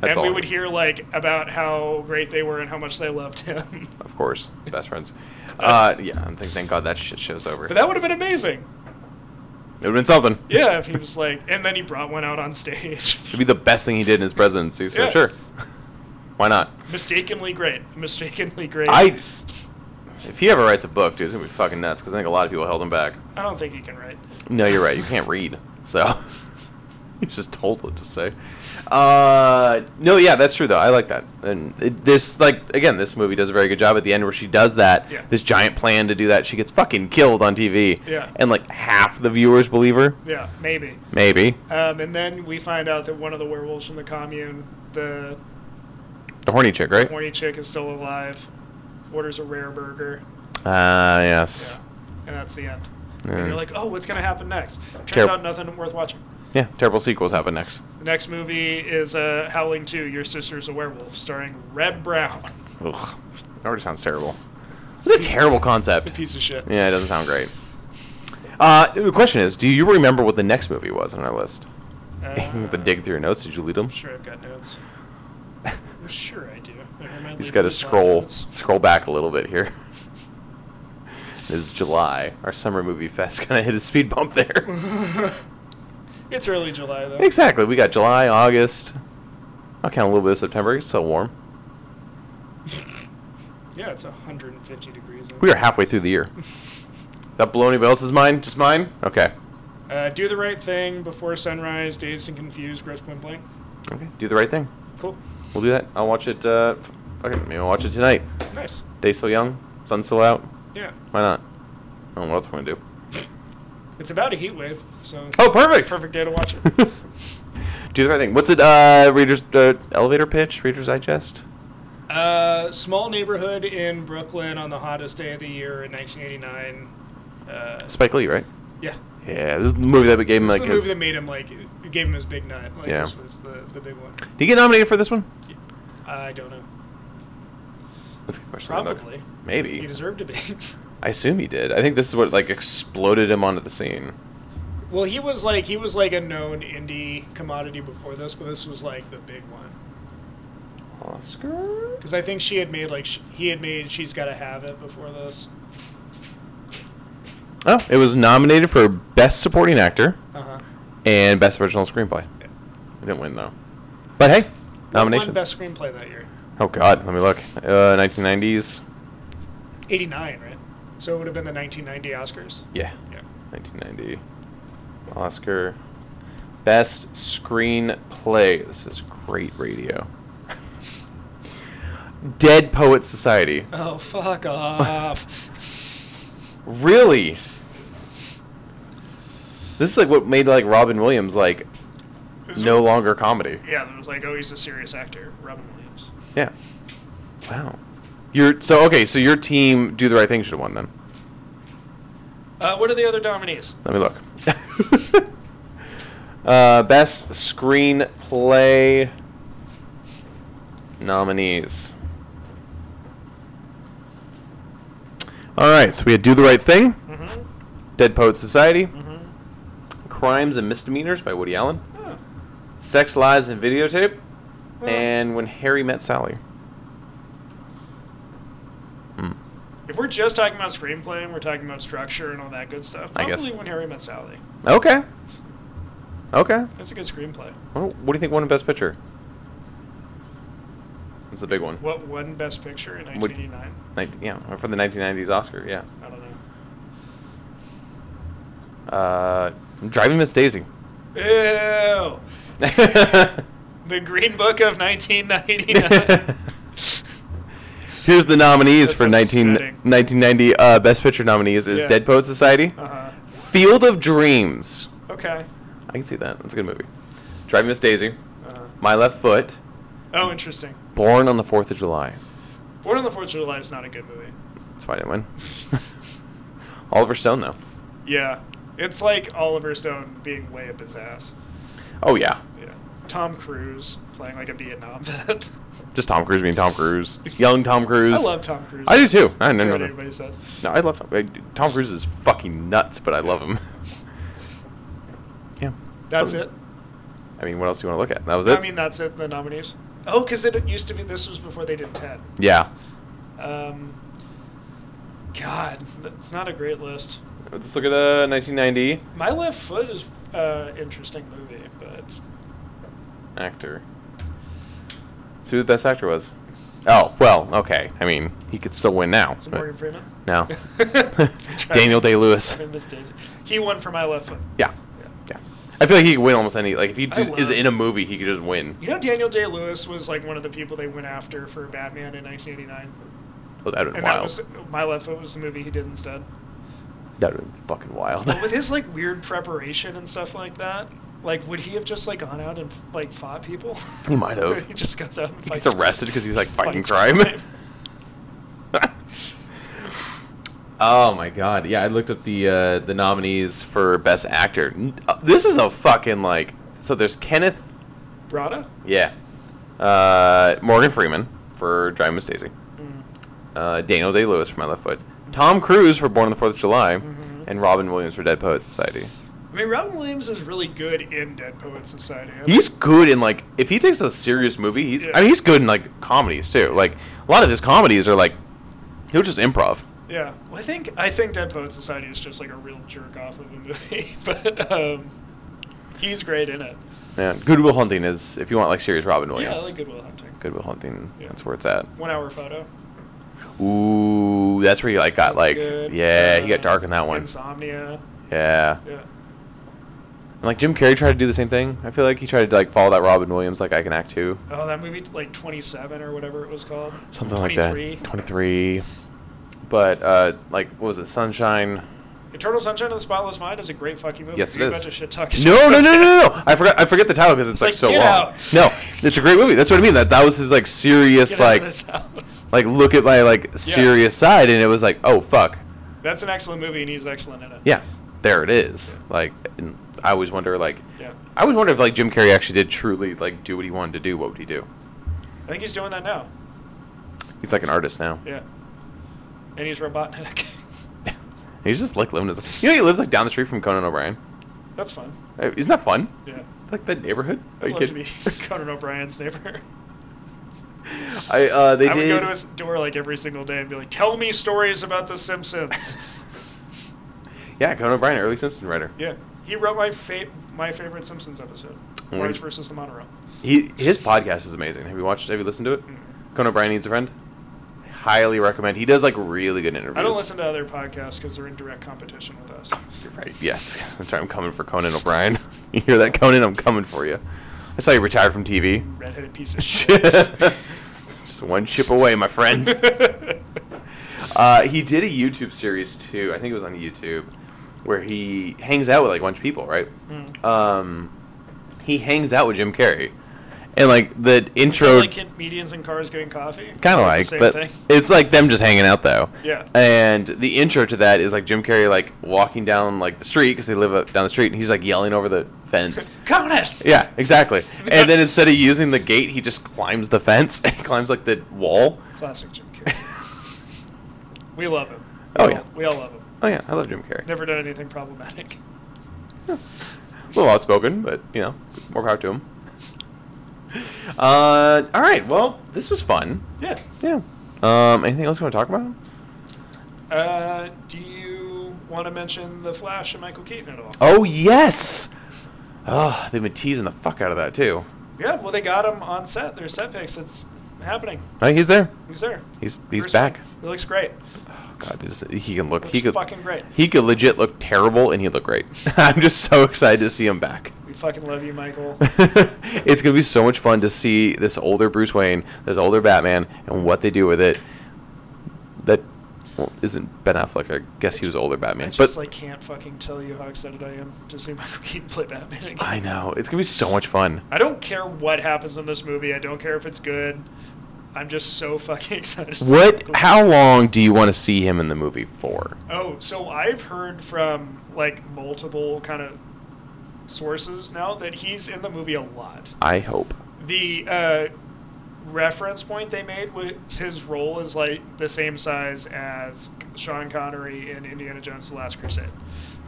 that's and all. we would hear like about how great they were and how much they loved him. (laughs) of course, best friends. Uh, yeah, I'm thank God that shit show's over. but that would have been amazing. it would have been something. Yeah, if he was like, and then he brought one out on stage. (laughs) It'd be the best thing he did in his presidency. So Yeah. sure, (laughs) why not? mistakenly great. Mistakenly great. I, if he ever writes a book, dude, it's gonna be fucking nuts because I think a lot of people held him back. I don't think he can write. No, you're right. You can't read, so (laughs) he's just told what to say. Uh, no, yeah, that's true though. I like that. And it, this, like, again, this movie does a very good job at the end where she does that. Yeah. This giant plan to do that, she gets fucking killed on TV. Yeah. And like half the viewers believe her. Yeah, maybe. Maybe Um, and then we find out that one of the werewolves from the commune, the the horny chick, right? horny chick, is still alive. Orders a rare burger. Ah, yes. Yeah. And that's the end. Yeah. And you're like, oh, what's going to happen next? Turns Terrib- out nothing worth watching. Yeah. Terrible sequels happen next. The next movie is uh, Howling 2 Your Sister's a Werewolf, starring Reb Brown. (laughs) Ugh. It already sounds terrible. It's a terrible It's a concept. piece of shit. Yeah, it doesn't sound great. Uh, the question is, do you remember what the next movie was on our list? (laughs) Uh, the dig through your notes. Did you lead them? I'm sure I've got notes. I'm sure I do. (laughs) He's got to scroll scroll back a little bit here. (laughs) this is July. Our summer movie fest (laughs) kind of hit a speed bump there. (laughs) (laughs) It's early July, though. exactly. We got July, August. I'll count a little bit of September. It's still warm. Yeah, it's 150 degrees. out. We are halfway through the year. (laughs) that blow anybody else's mind? Just mine? Okay. Uh, do the right thing before sunrise, dazed and confused, gross point blank. Okay. Do the right thing. Cool. We'll do that. I'll watch it. Uh, f- okay. Maybe I'll watch it tonight. Nice. Day so young. Sun still out. Yeah. Why not? I don't know what else I'm gonna do. It's about a heat wave, so Oh, perfect. perfect day to watch it. (laughs) Do the right thing. What's it? Uh, readers uh, elevator pitch. Readers digest. uh, small neighborhood in Brooklyn on the hottest day of the year in 1989. Uh, Spike Lee, right? yeah. Yeah, this is the movie that gave him This like is the movie his. that made him like it gave him his big nut. Like Yeah. this was the, the big one. Did he get nominated for this one? I don't know. That's a good question. Let me look. Probably. He Maybe. deserved to be. (laughs) I assume he did. I think this is what like exploded him onto the scene. well, he was like he was like a known indie commodity before this, but this was like the big one. Oscar. Because I think she had made like sh- he had made she's got to have it before this. Oh, it was nominated for best supporting actor Uh huh. and best original screenplay. Yeah. It didn't win though. But hey, Won nominations. best screenplay that year. Oh God, let me look. Uh, 1990s. 89, right? So it would have been the 1990 Oscars. Yeah. Yeah. 1990. Oscar. Best screenplay. This is great radio. (laughs) Dead Poet Society. Oh, fuck off. Really? This is like what made like Robin Williams like (laughs) no longer comedy. yeah, it was like, oh, he's a serious actor, Robin Williams. Yeah. Wow. Your so okay, so your team do the right thing should have won then. Uh, what are the other nominees? Let me look. (laughs) uh, best screenplay nominees. All right, so we had Do the Right Thing, Mm-hmm. Dead Poets Society, Mm-hmm. Crimes and Misdemeanors by Woody Allen, Oh. Sex, Lies, and Videotape, Huh. and When Harry Met Sally. Hmm. If we're just talking about screenplay and we're talking about structure and all that good stuff, I probably guess. when Harry Met Sally. Okay. Okay. That's a good screenplay. Well, Oh, what do you think won Best Picture? That's the big one. What won Best Picture in Would- 1989? Nin- yeah, for the 1990s Oscar, yeah. I don't know. Uh, Driving Miss (laughs) Daisy. (laughs) Ew. Here's The Green Book of (laughs) 1999. the nominees That's for 19, upsetting. 1990 uh, Best Picture nominees is Yeah. Dead Poets Society, uh-huh. Field of Dreams. Okay. I can see that. That's a good movie. Driving Miss Daisy, Uh-huh. My Left Foot, Oh, interesting. Born on the Fourth of July. Born on the Fourth of July is not a good movie. That's why I didn't win. (laughs) Oliver Stone, though. Yeah, it's like Oliver Stone being way up his ass. Oh, yeah. Yeah, Tom Cruise playing like a Vietnam vet. (laughs) Just Tom Cruise being Tom Cruise. Young Tom Cruise. I love Tom Cruise. I do too. I That's no, no, what no. everybody says. No, I love Tom. I- Tom Cruise is fucking nuts, but I love him. yeah. That's it. I mean, what else do you want to look at? That was it. I mean, that's it. The nominees. Oh, because it used to be. This was before they did Ted. yeah. Um, God, that's not a great list. Let's look at uh, 1990 My Left Foot is uh, interesting movie, but actor. Let's see who the best actor was. Oh well, okay. I mean, he could still win now. is it but- Morgan Freeman? (laughs) No. Daniel Day Lewis. I miss Daisy. He won for My Left Foot. Yeah, Yeah. yeah. I feel like he could win almost any. Like if he I just is love- in a movie, he could just win. You know, Daniel Day Lewis was like one of the people they went after for Batman in 1989, Oh, that would and be that wild. was My Left Foot was the movie he did instead. That would be fucking wild. But with his like weird preparation and stuff like that, like would he have just like gone out and like fought people? He might have. (laughs) he just goes out and He fights. gets arrested because (laughs) he's like fighting fights crime. (laughs) oh my god! Yeah, I looked up the uh, the nominees for best actor. N- uh, This is a fucking like. So there's Kenneth. Brada. Yeah. Uh, Morgan Freeman for Driving Miss Daisy. Mm. Uh, Daniel Day Lewis for My Left Foot. Tom Cruise for Born on the Fourth of July, Mhm. and Robin Williams for Dead Poets Society. I mean, Robin Williams is really good in Dead Poets Society. I He's good in like if he takes a serious movie, he's Yeah. I mean he's good in like comedies too. Like a lot of his comedies are like he'll just improv. Yeah, well, I think I think Dead Poets Society is just like a real jerk off of a movie, (laughs) but um, he's great in it. Yeah. Goodwill Hunting is if you want like serious Robin Yeah, I Williams. like Goodwill Hunting. Goodwill Hunting, Yeah. that's where it's at. One hour photo. Ooh, that's where he like got That's like good. yeah, he Uh, got dark in that one. Insomnia. Yeah. Yeah. And like Jim Carrey tried to do the same thing. I feel like he tried to like follow that Robin Williams like I can act too. Oh, that movie like 27 or whatever it was called. Something like 23. that. Twenty three. But uh like what was it, Sunshine? Eternal Sunshine of the Spotless Mind is a great fucking movie. Yes, it You're is. about to shit talk yourself. No, no, no, no, no, (laughs) no! I forgot. I forget the title because it's, It's like, like, so Get long. Out. No, it's a great movie. That's what I mean. That that was his like serious Get out like of this house. like look at my like serious side, and it was like oh fuck, That's an excellent movie, and he's excellent in it. yeah, there it is. Like, and I always wonder, like, Yeah. I always wonder if like Jim Carrey actually did truly like do what he wanted to do. What would he do? I think he's doing that now. He's like an artist now. Yeah. And he's (laughs) Robotnik. He's just like living his. You know, he lives like down the street from Conan O'Brien. That's fun. Uh, Isn't that fun? Yeah. Like that neighborhood? Are you I'd love kidding? (laughs) to be (laughs) Conan O'Brien's neighbor. I uh, they I would did. go to his door like every single day and be like, "Tell me stories about The Simpsons." (laughs) yeah, Conan O'Brien, early Simpson writer. yeah, he wrote my fa- my favorite Simpsons episode, What Marge is- versus the Monorail. He his podcast is amazing. Have you watched? Have you listened to it? Mm. Conan O'Brien needs a friend. Highly recommend. He does like really good interviews. I don't listen to other podcasts because they're in direct competition with us. You're right. Yes, that's right. I'm coming for Conan O'Brien. (laughs) you hear that, Conan? I'm coming for you. I saw you retired from TV. Redheaded (laughs) piece of shit. Hmm. Just one chip away, my (laughs) friend. Uh, he did a YouTube series too. I think it was on YouTube, where he hangs out with like a bunch of people, right? Mm. Um, he hangs out with Jim Carrey, and like the intro, like comedians in cars getting coffee. kind of the like, same but thing. it's like them just hanging out though. Yeah. And the intro to that is like Jim Carrey like walking down like the street because they live up down the street, and he's like yelling over the (laughs) fence. Conan. Yeah, exactly. (laughs) And then instead of using the gate, he just climbs the fence (laughs) and climbs like the wall. (laughs) Classic Jim Carrey. we love him. Oh, we yeah. all, we all love him. Oh yeah, I love Jim Carrey. Never done anything problematic. A little outspoken, but you know, more power to him. (laughs) Uh, all right. Well, this was fun. Yeah. Yeah. Um, anything else you want to talk about? Uh, do you want to mention the Flash and Michael Keaton at all? Oh yes. Oh, they've been teasing the fuck out of that too. Yeah, well, they got him on set. There's set pics. It's happening. Oh, he's there. He's there. He's he's Bruce back. Wayne. He looks great. Oh god, is- he can look. Looks He could. fucking great. He could legit look terrible, and he'd look great. (laughs) I'm just so excited to see him back. We fucking love you, Michael. it's gonna be so much fun to see this older Bruce Wayne, this older Batman, and what they do with it. That well, isn't Ben Affleck. I (laughs) guess he was older I Batman, just but like can't fucking tell you how excited I am to see (laughs) Michael Keaton play Batman again. I know it's gonna be so much fun. I don't care what happens in this movie. I don't care if it's good. I'm just so fucking (laughs) excited. to see What? Michael How long do you want to see him in the movie for? Oh, so I've heard from like multiple kind of sources now that he's in the movie a lot. I (gasps) hope. The uh, reference point they made was his role is like the same size as Sean Connery in Indiana Jones: The Last Crusade. (gasps)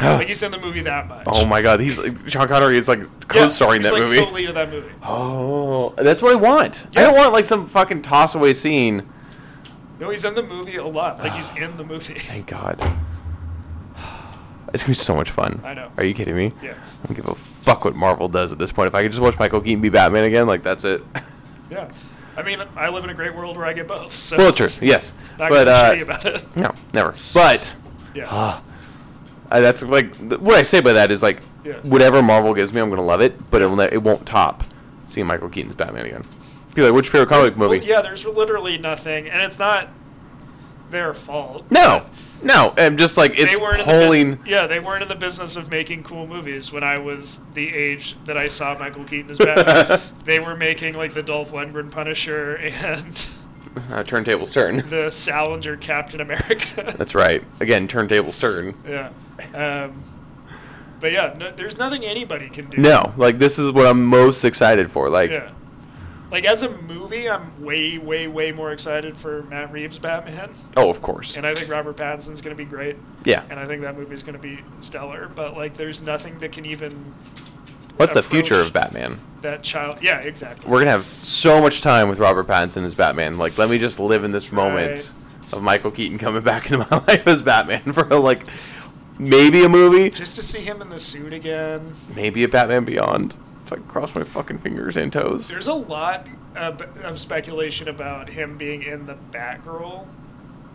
like he's in the movie that much. Oh my God, he's like, Sean Connery is like co-starring he's that like movie. The lead of that movie. Oh, that's what I want. I Yeah. don't want like some fucking toss away scene. No, he's in the movie a lot. Like he's in the movie. Thank (laughs) God. It's gonna be so much fun. I know. Are you kidding me? Yeah, I don't give a fuck what Marvel does at this point. If I could just watch Michael Keaton be Batman again, like that's (laughs) it. yeah. I mean, I live in a great world where I get both. So well, true. Yes, Not but gonna uh, shitty about it. no, never. But Yeah. ah, I- that's like th- what I say by that is like Yeah. whatever Marvel gives me, I'm gonna love it. But it will ne- it won't top seeing Michael Keaton's Batman again. People are like, what's your favorite comic movie? Well, Oh, yeah, there's literally nothing, and it's not their fault. No, no. I'm just like They it's weren't in the polling. bus- yeah, they weren't in the business of making cool movies when I was the age that I saw Michael Keaton (laughs) as Batman. they were making like the Dolph Lundgren Punisher and (laughs) Uh, turntables turn. the Salinger Captain America. That's right. Again, turntables turn. (laughs) yeah. Um, but yeah, no, there's nothing anybody can do. No, like this is what I'm most excited for. Like, Yeah. Like as a movie, I'm way, way, way more excited for Matt Reeves' Batman, oh, of course. and I think Robert Pattinson's going to be great. yeah. and I think that movie is going to be stellar. But like, there's nothing that can even What's the future approach of Batman? that child. Yeah, exactly. We're gonna have so much time with Robert Pattinson as Batman. Like, let me just live in this moment of Michael Keaton coming (laughs) back into my life as Batman for like maybe a movie, Just to see him in the suit again. maybe a Batman Beyond. If I cross my fucking fingers and toes. There's a lot of, of speculation about him being in the Batgirl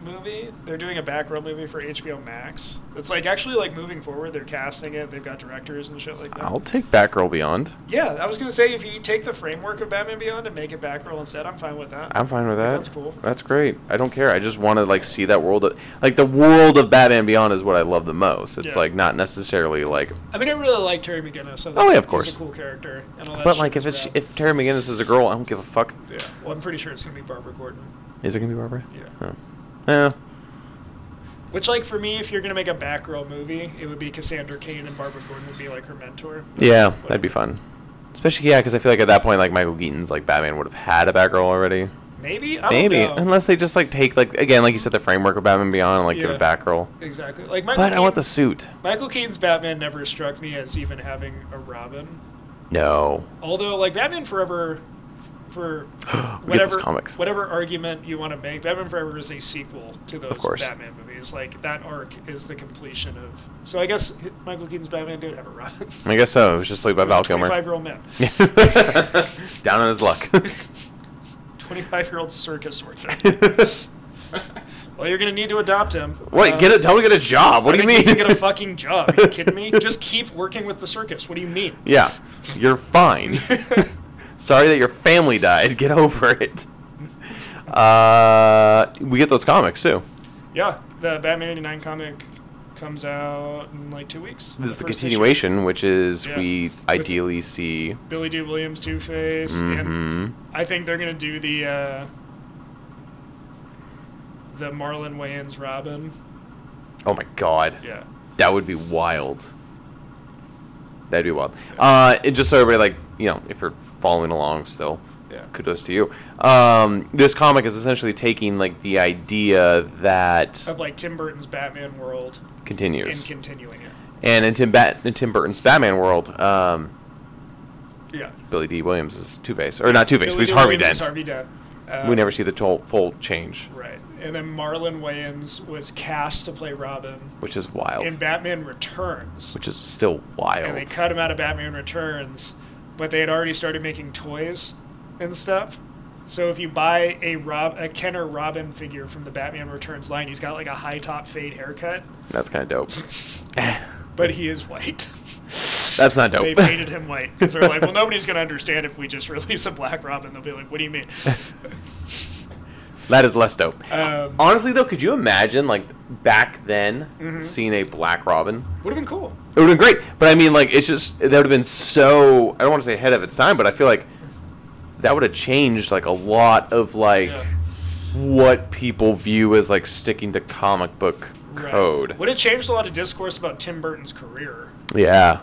movie. They're doing a Batgirl movie for HBO Max. It's like actually like moving forward. They're casting it. They've got directors and shit like that. I'll take Batgirl Beyond. yeah, I was gonna say if you take the framework of Batman Beyond and make it Batgirl instead, I'm fine with that. I'm fine with that. That's cool. That's great. I don't care. I just want to like see that world. Of, like the world of Batman Beyond is what I love the most. It's Yeah. like not necessarily like, I mean, I really like Terry McGinnis. I Oh, yeah, think of course. He's a cool character. And all that but shit like if was it's rad. if Terry McGinnis is a girl, I don't give a fuck. Yeah. Well, I'm pretty sure it's gonna be Barbara Gordon. Oh. Is it gonna be Barbara? Yeah. Oh. Yeah. Which, like, for me, if you're gonna make a Batgirl movie, it would be Cassandra Cain and Barbara Gordon would be like her mentor. Yeah, that'd be fun. Especially yeah, because I feel like at that point, like Michael Keaton's like Batman would have had a Batgirl already. Maybe. I Maybe Don't know. unless they just like take like again, like you said, the framework of Batman Beyond and like give it Yeah. Batgirl. Exactly. Like Michael. But I want Keaton- the suit. Michael Keaton's Batman never struck me as even having a Robin. No. Although, like Batman Forever, f- for (gasps) We get whatever those comics. whatever argument you want to make, Batman Forever is a sequel to those course. Batman movies. Like that arc is the completion of. So I guess hi- Michael Keaton's Batman did have a Robin. I guess so. It was just played by Val Kilmer. Twenty-five year old man. (laughs) Down on his (laughs) luck. Twenty-five year old (laughs) circus worker. well, you're gonna need to adopt him. Wait, Uh, get a tell him to get a job. What I do you think mean? he can Get a (laughs) fucking job. Are you kidding me? Just keep working with the circus. What do you mean? Yeah, you're (laughs) fine. Sorry that your family died. Get over it. Uh, we get those comics too. (laughs) Yeah, the Batman '89 comic comes out in like two weeks. This is the first issue. continuation, which is Yeah. we With- ideally see. Billy D. Williams Two Face, and hmm I think they're gonna do the uh, the Marlon Wayans Robin. Oh my god, Yeah, that would be wild. That'd be wild. Uh, and just so everybody like you know, if you're following along still, yeah, kudos to you. Um, this comic is essentially taking like the idea that of like Tim Burton's Batman world continues, and continuing it. and in Tim Bat- in Tim Burton's Batman world. Um, Yeah, Billy D. Williams is Two Face, or not Two Face, but Billy he's Dee Harvey Williams Dent. is Harvey Dent. Uh, we never see the total full change, right, and then Marlon Wayans was cast to play Robin which is wild. in Batman Returns. which is still wild. and they cut him out of Batman Returns, but they had already started making toys and stuff. So if you buy a Rob a Kenner Robin figure from the Batman Returns line, he's got like a high top fade haircut, That's kind of (laughs) dope. but he is white. (laughs) That's not they dope. painted him white because they're like, well, nobody's gonna understand if we just (laughs) release a Black Robin. They'll be like, what do (laughs) you mean? (laughs) that is less dope. Um, Honestly, though, could you imagine like back then Mm-hmm. seeing a Black Robin? Would have been cool. It would have been great, but I mean, like, it's just that would have been so. I don't want to say ahead of its time, but I feel like that would have changed like a lot of like Yeah. what people view as like sticking to comic book Right. code. Would have changed a lot of discourse about Tim Burton's career. Yeah.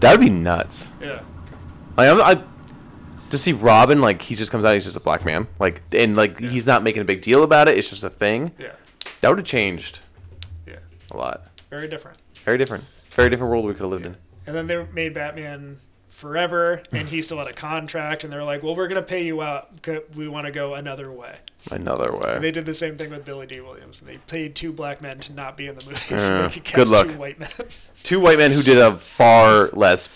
That'd be nuts. Yeah. Like, I'm, I to see Robin, like he just comes out, he's just a black man, like, and like he's not making a big deal about it. It's just a thing. Yeah. That would have changed Yeah. a lot. Very different. Very different. Very different world we could have lived in. And then they made Batman forever, and he still had a contract. And they're like, "Well, we're gonna pay you out. 'cause We want to go another way." Another And way. they did the same thing with Billy D. Williams. They paid two black men to not be in the movie, so Yeah. (laughs) they could cast Uh, Good luck. two white men. (laughs) Two white men who did a far less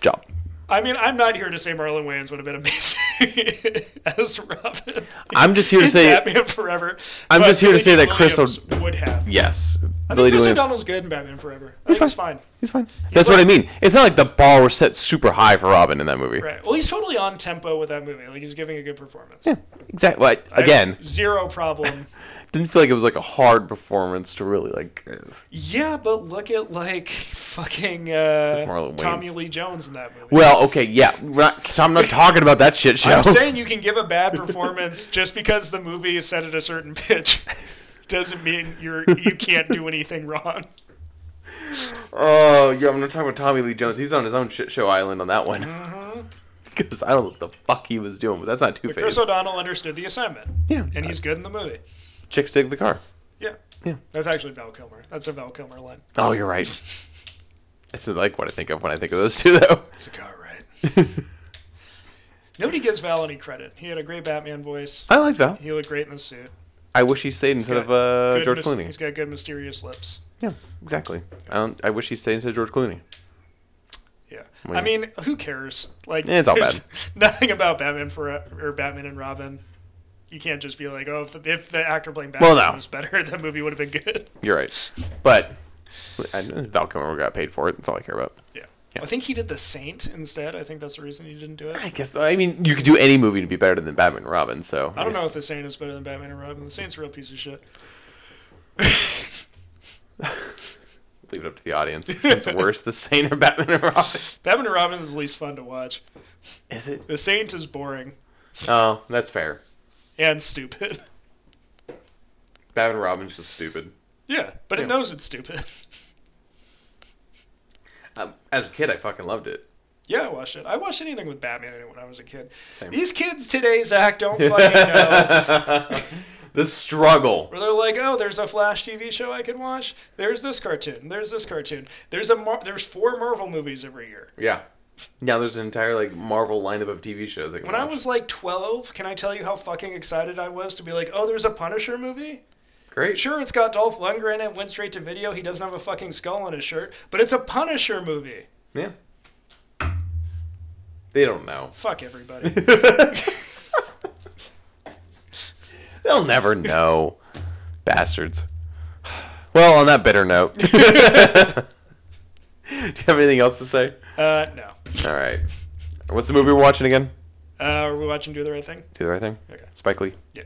job. I mean, I'm not here to say Marlon Wayans would have been amazing (laughs) as Robin. I'm just here to in say Batman Forever. I'm but just here to Billy say Dee that Chris Williams would have. yes. I Billy Dee think Chris Williams. O'Donnell's good in Batman Forever. I think fine. he's fine. He's fine. That's what I mean. It's not like the bar was set super high for Robin in that movie. Right. Well, he's totally on tempo with that movie. Like he's giving a good performance. Yeah, exactly. Like, I have again, zero problem didn't feel like it was like a hard performance to really like give. (laughs) Yeah, but look at like fucking uh, Marlon Tommy Wayans. Lee Jones in that movie. Well, okay, yeah. We're not, I'm not talking about that shit show. (laughs) I'm saying you can give a bad performance just because the movie is set at a certain pitch. (laughs) Doesn't mean you're (laughs) you can't do anything wrong. oh, yeah, I'm not talking about Tommy Lee Jones. He's on his own shit show island on that one. (laughs) Because I don't know what the fuck he was doing, but that's not Two But Uh-huh. Chris Face. O'Donnell understood the assignment. Yeah. and he's good in the movie. Chick Stig the car. Yeah, Yeah. That's actually Val Kilmer. That's a Val Kilmer line. Oh, you're (laughs) right. That's like what I think of when I think of those two, (laughs) though. It's a car ride. (laughs) Nobody gives Val any credit. He had a great Batman voice. I like that. He looked great in the suit. I wish he stayed instead of got uh, Good George mys- He's Clooney. got good mysterious lips. Yeah, exactly. I don't. I wish he stayed instead of George Clooney. Yeah. Well, I mean, who cares? Like, Eh, it's all there's bad. (laughs) Nothing about Batman for or Batman and Robin. You can't just be like, oh, if the, if the actor playing Well, Batman no. was better, (laughs) that movie would have been good. (laughs) You're right. But I, Val Kilmer got paid for it. That's all I care about. Yeah. Yeah. I think he did The Saint instead. I think that's the reason he didn't do it. I guess I mean you could do any movie to be better than Batman and Robin. So I don't know if guess- The Saint is better than Batman and Robin. The Saint's a real piece of shit. leave it up to the audience. if (laughs) It's worse, the Saint or Batman and Robin. Batman and Robin is the least fun to watch. Is it? The Saint is boring Oh, that's fair. and stupid. Batman Robin's just stupid. Yeah, (laughs) (laughs) but Yeah. it knows it's stupid. (laughs) Um, as a kid, I fucking loved it. Yeah, I watched it. I watched anything with Batman in it when I was a kid. Same. These kids today, (laughs) Zach, don't fucking know. The struggle. Where they're like, oh, there's a Flash TV show I could watch. There's this cartoon. There's this cartoon. There's a Mar- there's four Marvel movies every year. Yeah. Now there's an entire like Marvel lineup of TV shows. I can When I watch. was like 12, can I tell you how fucking excited I was to be like, oh, there's a Punisher movie? great, Sure, it's got Dolph Lundgren and it went straight to video. He doesn't have a fucking skull on his shirt, but it's a Punisher movie. yeah. They don't (laughs) know. Fuck everybody. (laughs) They'll never know. Bastards. Well, on that bitter note, (laughs) do you have anything else to say? uh, no. All right. What's the movie we're watching again? Uh, are we watching Do the Right Thing? Do the right thing? Okay. Spike Lee. Yeah.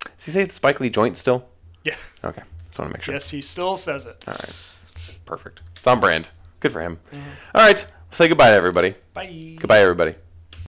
Does he say it's Spike Lee joint still? Yeah. (laughs) Okay. Just want to make sure. Yes, he still says it. All right. Mm-hmm. Perfect. It's on brand. Good for him. All right. Say goodbye, everybody. Bye. Goodbye, everybody.